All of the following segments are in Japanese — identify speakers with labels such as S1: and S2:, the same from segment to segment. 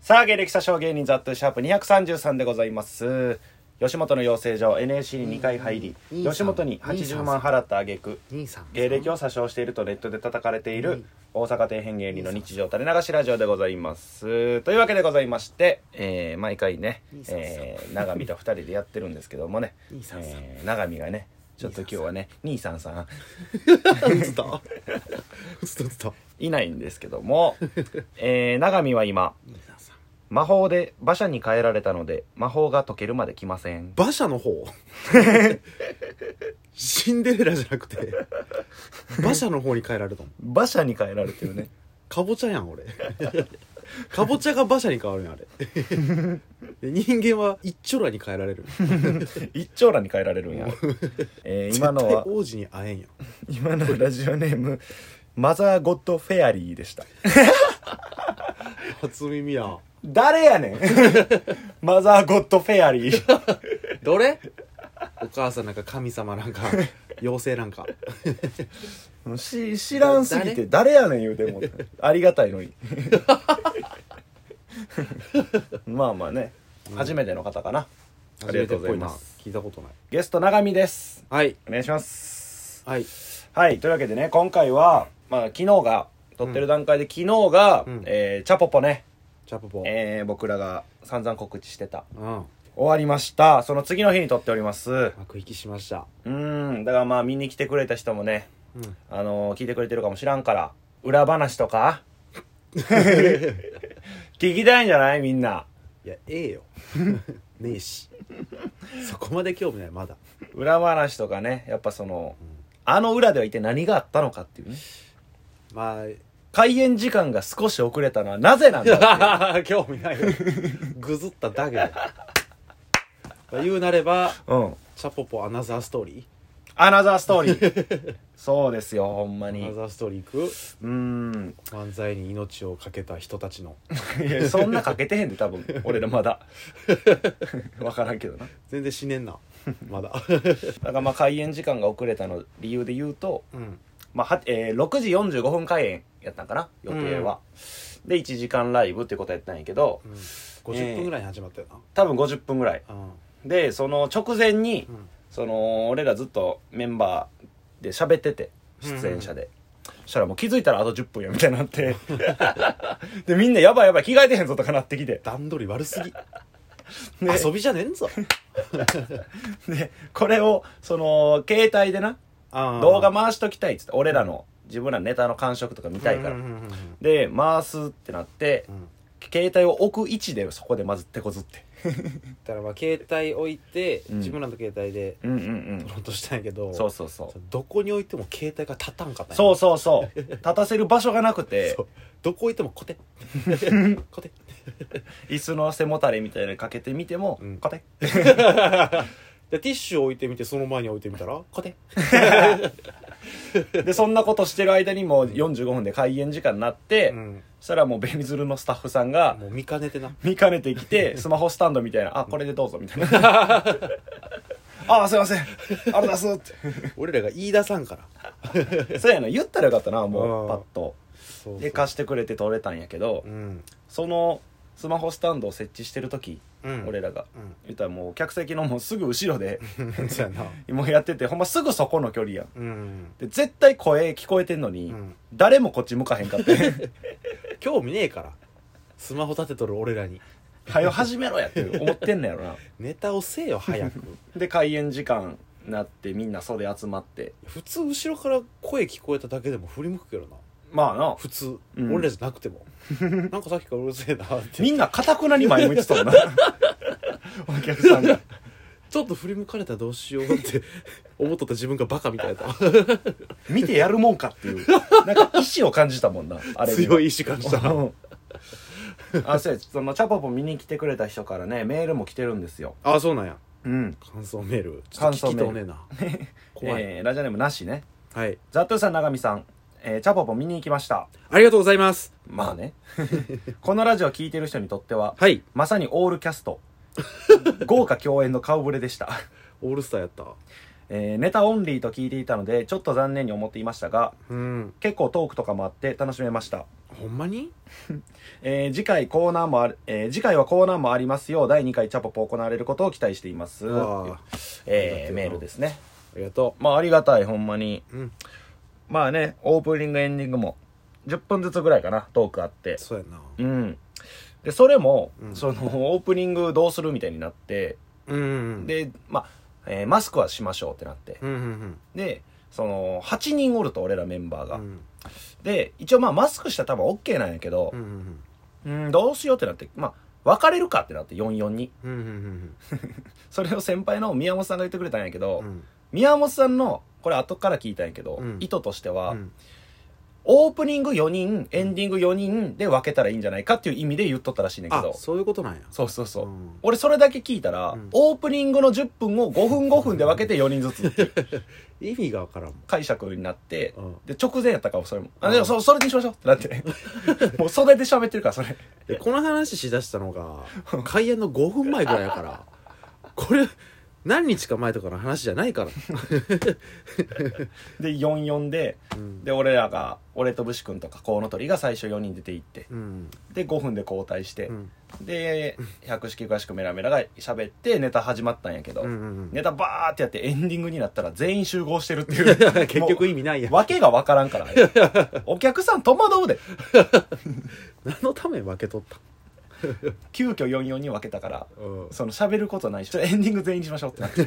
S1: さあ、芸歴詐称芸人ザットゥシャープ233でございます。吉本の養成所 NAC に2回入り、
S2: うんうん
S1: 吉本に80万払った挙句、
S2: 兄さん
S1: 芸歴を詐称しているとネットで叩かれている大阪底辺芸人の日常垂れ流しラジオでございます。というわけでございまして、えー毎回ね
S2: いい、さん
S1: えー、長見と2人でやってるんですけどもね
S2: いいさんさん
S1: えー長見がね、ちょっと今日はね、兄さんさん
S2: 映った映った映った
S1: いないんですけど も、えー、長見は今、
S2: 兄さんさん
S1: 魔法で馬車に変えられたので魔法が解けるまで来ません
S2: 馬車の 方シンデレラじゃなくて馬車の方に変えられたの
S1: 馬車に変えられてるね
S2: かぼちゃや ん俺かぼちゃが馬車に変わるんやあれ で人間は一丁羅に変えられる
S1: 一丁羅に変えられるんや、えー今の
S2: 絶
S1: は
S2: 対王子に会えんやん
S1: 今のラジオネームマザーゴッドフェアリーでした
S2: 初耳や
S1: 誰や ねんマザーゴッドフェアリー
S2: どれお母さんなんか神様なんか妖精なんか
S1: し知らんすぎて誰やねん言うてもありがたい のにまあまあね初めての方かな、ありがとうございます
S2: 初めてっぽ聞いたことない
S1: ゲスト長見です
S2: はい
S1: お願いします
S2: はい
S1: はい、というわけでね、今回は、まあ、昨日が、撮ってる段階で、昨日が、
S2: うん
S1: えーチャポポね、
S2: チャポポ、
S1: えー僕らが散々告知してた。
S2: うん
S1: 終わりました。その次の日に撮っております。う
S2: 幕引きしました、
S1: ーん、だからまあ、見に来てくれた人もね、
S2: うん、
S1: あのー聞いてくれてるかもしらんから、裏話とか 聞きたいんじゃないみんな。
S2: いやええよ ねえしそこまで興味ないまだ
S1: 裏話とかね、やっぱその、あの裏では一体何があったのかっていうね。
S2: ま
S1: 開演時間が少し遅れたのはなぜなんだ
S2: あ興味ないよぐずっただけだよまあ言うなれば
S1: うん。
S2: チャポポアナザーストーリ
S1: アナザーストーリー そうですよほんまに
S2: ーアナ
S1: う
S2: ザーストーリー行く
S1: ーん
S2: 漫才に命を懸けた人たちの
S1: いやそんなかけてへんで多分俺らま だ分からんけどな
S2: 全然死ねんなまだ
S1: だからまあ開演時間が遅れたの理由で 言うと、
S2: うん
S1: まあはえー6時45分開演やったんかな予定は、で1時間ライブってことやったんやけど
S2: うん50分ぐらいに始まったよな、
S1: 多分50分ぐらい
S2: うん
S1: でその直前に、
S2: ん
S1: その俺らずっとメンバーで喋ってて出演者で、そしたらもう気づいたらあと10分やみたいになって でみんなやばいやばい着替えてへんぞとかなってきて
S2: 段取り悪すぎ、
S1: ね
S2: 遊びじゃねえ んぞ
S1: でこれをその携帯でな動画回しときたいっつって俺らの自分らのネタの感触とか見たいから、
S2: うんうんうんうん
S1: で回すってなって、
S2: うん
S1: 携帯を置く位置でそこでまず手こずって
S2: だからまあ携帯置いて、
S1: うん
S2: 自分らの携帯で
S1: うんうんうん
S2: 撮ろうとしたんやけど
S1: そうそうそう
S2: どこに置いても携帯が立たんかったんや
S1: そうそう そう立たせる場所がなくて
S2: そうどこ置いても コテコテ
S1: 椅子の背もたれみたいなのかけてみても、
S2: うん
S1: こうやって
S2: でティッシュ置いてみてその前に置いてみたらコテ
S1: でそんなことしてる間にもう45分で開演時間になって、
S2: うん
S1: そしたらもうベニズルのスタッフさんが
S2: もう見かねてな
S1: 見かねてき てスマホスタンドみたいな「あこれでどうぞ」みたいな 「あすいませんありがとうございます」っ
S2: 俺らが言い出さんから
S1: てそうやな言ったらよかったなも
S2: う
S1: うんパッと
S2: そうそう
S1: で貸してくれて撮れたんやけど、
S2: うん、
S1: そのスマホスタンドを設置してる時、
S2: うん、
S1: 俺らが
S2: うん
S1: 言ったらもう客席のもうすぐ後ろで
S2: そうやな
S1: もうやっててほんますぐそこの距離やん
S2: うん、
S1: で絶対声聞こえてんのに、
S2: うん、
S1: 誰もこっち向かへんかって
S2: 興味ねえからスマホ立てとる俺らに
S1: はよ始めろやって思ってんのやろな
S2: ネタをせえよ早 く
S1: で開演時間になってみんな袖集まって
S2: 普通後ろから声聞こえただけでも振り向くけどな
S1: まあな
S2: 普通、
S1: うん
S2: 俺らじゃなく てもなんかさっきからうるせえなって
S1: みんなかたくなに前向いてたもん なお客さんが
S2: ちょっと振り向かれたらどうしようって 思っとった自分がバカみたいだ
S1: 見てやるもんかっていうなんか意志を感じたもんなあれには
S2: 強い意志感じたな
S1: うんあそうやそのチャポポ見に来てくれた人からねメールも来てるんですよ
S2: あそうなんや
S1: うん
S2: 感想メールちょっ
S1: 感
S2: と
S1: 想
S2: 聞き
S1: メール
S2: とうねえな 怖い、
S1: えーラジオネームなしね
S2: はい
S1: ザットゥさん長見さん、えーチャポポ見に行きました
S2: ありがとうございます
S1: まあ ねこのラジオ聞いてる人にとっては
S2: はい
S1: ま さにオールキャスト。豪華共演の顔ぶれでした。
S2: オールスターやった
S1: えーネタオンリーと聞いていたのでちょっと残念に思っていましたが
S2: うん
S1: 結構トークとかもあって楽しめました、
S2: ほんまに
S1: えー次回コーナーもある、えー次回はコーナーもありますよう第2回チャポポ行われることを期待しています
S2: うわあ
S1: えーメールですね
S2: ありがと
S1: まあありがたいほんまに
S2: ううん
S1: まあねオープニングエンディングも10分ずつぐらいかなトークあって
S2: そうやな
S1: うんでそれも、
S2: うん
S1: そのオープニングどうするみたいになって
S2: うんで
S1: でまあ、えーマスクはしましょうってなって
S2: うんうん
S1: でその8人おると俺らメンバー
S2: う
S1: が、
S2: ん
S1: で一応まあマスクしたら多分 OK なんやけど
S2: うんう、ん
S1: うん、どうしようってなってまあ別れるかってなって44に
S2: うんうんうん
S1: それを先輩の宮本さんが言ってくれたんやけど、
S2: うん
S1: 宮本さんのこれ後から聞いたんやけど、
S2: うん
S1: 意図としては、
S2: うん
S1: オープニング4人エンディング4人で分けたらいいんじゃないかっていう意味で言っとったらしいねんだけ
S2: あ
S1: ど
S2: そういうことなんや
S1: そうそうそう、
S2: ん
S1: 俺それだけ聞いたら、
S2: うん
S1: オープニングの10分を5分5分で分けて4人ずつっていう
S2: 意味がわからんも
S1: 解釈になって、
S2: んうん
S1: で直前やったからそれもあ
S2: うん
S1: でもそそれにしましょうってなって もう袖で喋ってるからそれ
S2: でこの話しだしたのが開演の5分前ぐらいやからこれ何日か前とかの話じゃな いから、
S1: で44で
S2: うん
S1: で俺らが俺と武士君とかコウノトリが最初4人出て行って
S2: うん
S1: で5分で交代して、
S2: うん
S1: で百式詳しくメラメラが喋ってネタ始まったんやけど、
S2: うんうん
S1: ネタバーってやってエンディングになったら全員集合してるっていう
S2: 結局意味ないやん
S1: わけがわからんからあれお客さん戸惑うで
S2: 何のために分けとった
S1: 急遽44に分けたから
S2: うん
S1: その喋ることないしちょっとエンディング全員にしましょうってなって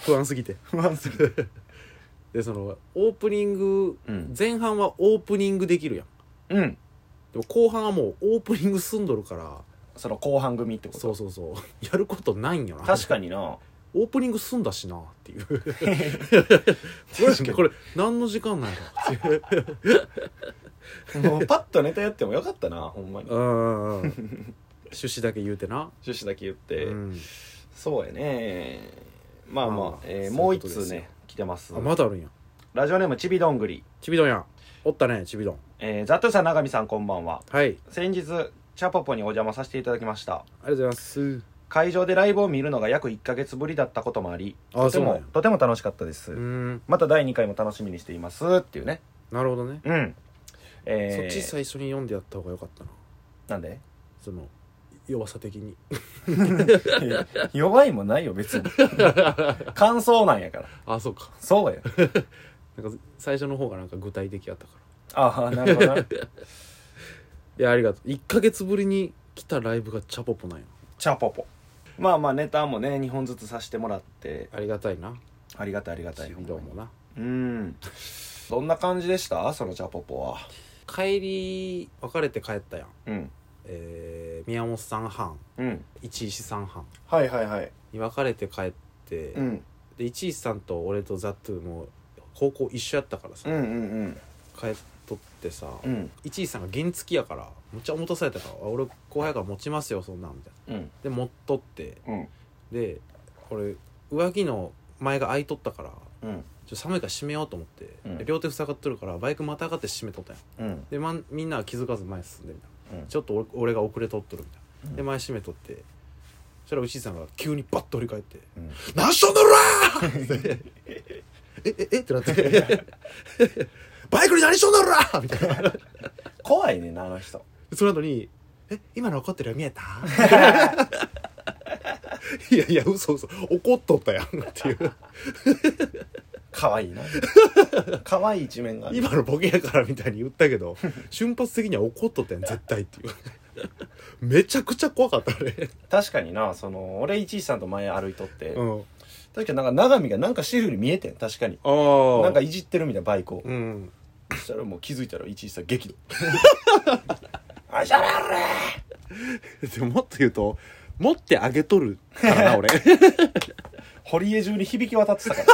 S2: 不安すぎて
S1: 不安すぎて
S2: でそのオープニング、
S1: うん
S2: 前半はオープニングできるやん
S1: うん
S2: でも後半はもうオープニング済んどるから
S1: その後半組ってこと
S2: そうそうそうやることないんよな
S1: 確かにな
S2: オープニング済んだしなっていう 俺
S1: 確かに
S2: これ何の時間なんやろっていう
S1: もうパッとネタやってもよかったなほんまに
S2: うんうんうん趣旨だけ言うてな、
S1: 趣旨だけ言って、
S2: うん、
S1: そうやねまあまあ、
S2: まあ
S1: えー
S2: そういう
S1: もう
S2: こ
S1: 一
S2: とですよ
S1: 通ね来てます
S2: あまだあるんや
S1: ラジオネームちびどんぐり、
S2: ちびどんやおったねちびどん
S1: えー、ザットゥさん永見さんこんばんは
S2: はい
S1: 先日チャポポにお邪魔させていただきました
S2: ありがとうございます
S1: 会場でライブを見るのが約1ヶ月ぶりだったこともあり
S2: あ
S1: とて
S2: そうなん
S1: も
S2: や
S1: とても楽しかったです、
S2: うん
S1: また第2回も楽しみにしていますっていうね
S2: なるほどね、
S1: うんえー、
S2: そっち最初に読んでやった方が良かったな
S1: なんで
S2: その弱さ的に
S1: いや弱いもないよ別に感想なんやから
S2: あそうか
S1: そうや
S2: なんか最初の方がなんか具体的やったから
S1: ああなるほどな
S2: いやありがとう1ヶ月ぶりに来たライブがチャポポなんや
S1: チャポポまあまあネタもね2本ずつさせてもらって
S2: ありがたいな
S1: ありがたいありがたい
S2: ちびどんもな
S1: うんどんな感じでしたそのチャポポは
S2: 帰り別れて帰ったやん
S1: うん
S2: えー、宮本さん班
S1: うん
S2: 一石さん班
S1: はいはいはい
S2: に分かれて帰って、
S1: うん
S2: で一石さんと俺とザトゥも高校一緒やったからさ、
S1: うんうん
S2: 帰っとってさ、
S1: うんうん
S2: 一石さんが原付きやからむっちゃ持たされたからあ「俺後輩やから持ちますよそんなん」みたいな
S1: うん
S2: で持っとって
S1: うん
S2: で俺上着の前が空いとったから
S1: うん
S2: ちょっと寒いから閉めようと思って、
S1: うん
S2: で両手塞がっとるからバイクまたがって閉めとったんや
S1: うん
S2: で、まん、みんなは気づかず前進んでみたいな
S1: うん
S2: ちょっと俺俺が遅れとっとるみたいな、
S1: うん
S2: で前閉めとってそしたら牛井さんが急にバッと振り返って
S1: うん
S2: 「何しとんだろー!」って「 えええっ?」てなって「バイクに何しとんだろー!」みたいな
S1: 怖いねんなあの人
S2: その後に「え今の怒ってるよ見えた? 」 いやいや嘘嘘怒っとったやんっていう
S1: 可愛い な可愛い一面がある
S2: 今のボケやからみたいに言ったけど瞬発的には怒っとったやん絶対っていうめちゃくちゃ怖かったあれ
S1: 確かになその俺一石さんと前歩いとって、
S2: うん
S1: 確かになんか永見がなんかしてるように見えてん確かに
S2: あ
S1: なんかいじってるみたいなバイクを
S2: うん
S1: そしたらもう気づいたら一石さん 激怒あしゃられ
S2: でももっと言うと持ってあげとるからな俺
S1: 堀江中に響き渡ってた から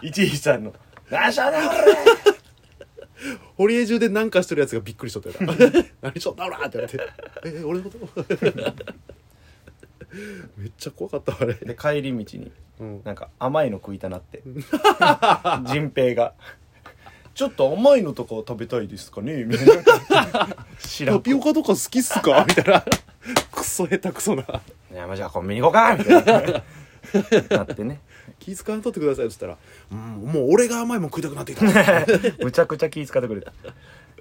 S1: 一石さんの「あしゃられ!
S2: 堀江中でなんかしてるやつがびっくり しとったよな何しとったおらって言われて「え俺のことめっちゃ怖かったわあれ」、
S1: で帰り道に
S2: うん、
S1: なんか甘いの食いたなって 迅平が「ちょっと甘いのとか食べたいですかね」みたいな 知ら
S2: タ
S1: ん
S2: ピオカとか好きっ すかみたいなクソ下手くそない
S1: やまあじゃあコンビニ行こうかみたいななってね
S2: 気使わんとってください」っつったら「うんもう俺が甘いもん食いたくなってきた」
S1: むちゃくちゃ気使ってくれた。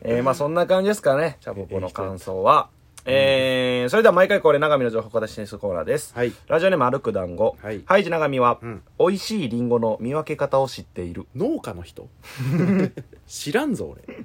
S1: えー、まあそんな感じですかね。チャボコの感想は。えー、それでは毎回恒例、長見の情報形進出コーナーです。
S2: はい
S1: ラジオネーム歩く団子。
S2: はい
S1: ハイジ長見は、
S2: うん
S1: 美味しいリンゴの見分け方を知っている。
S2: 農家の人知らんぞ俺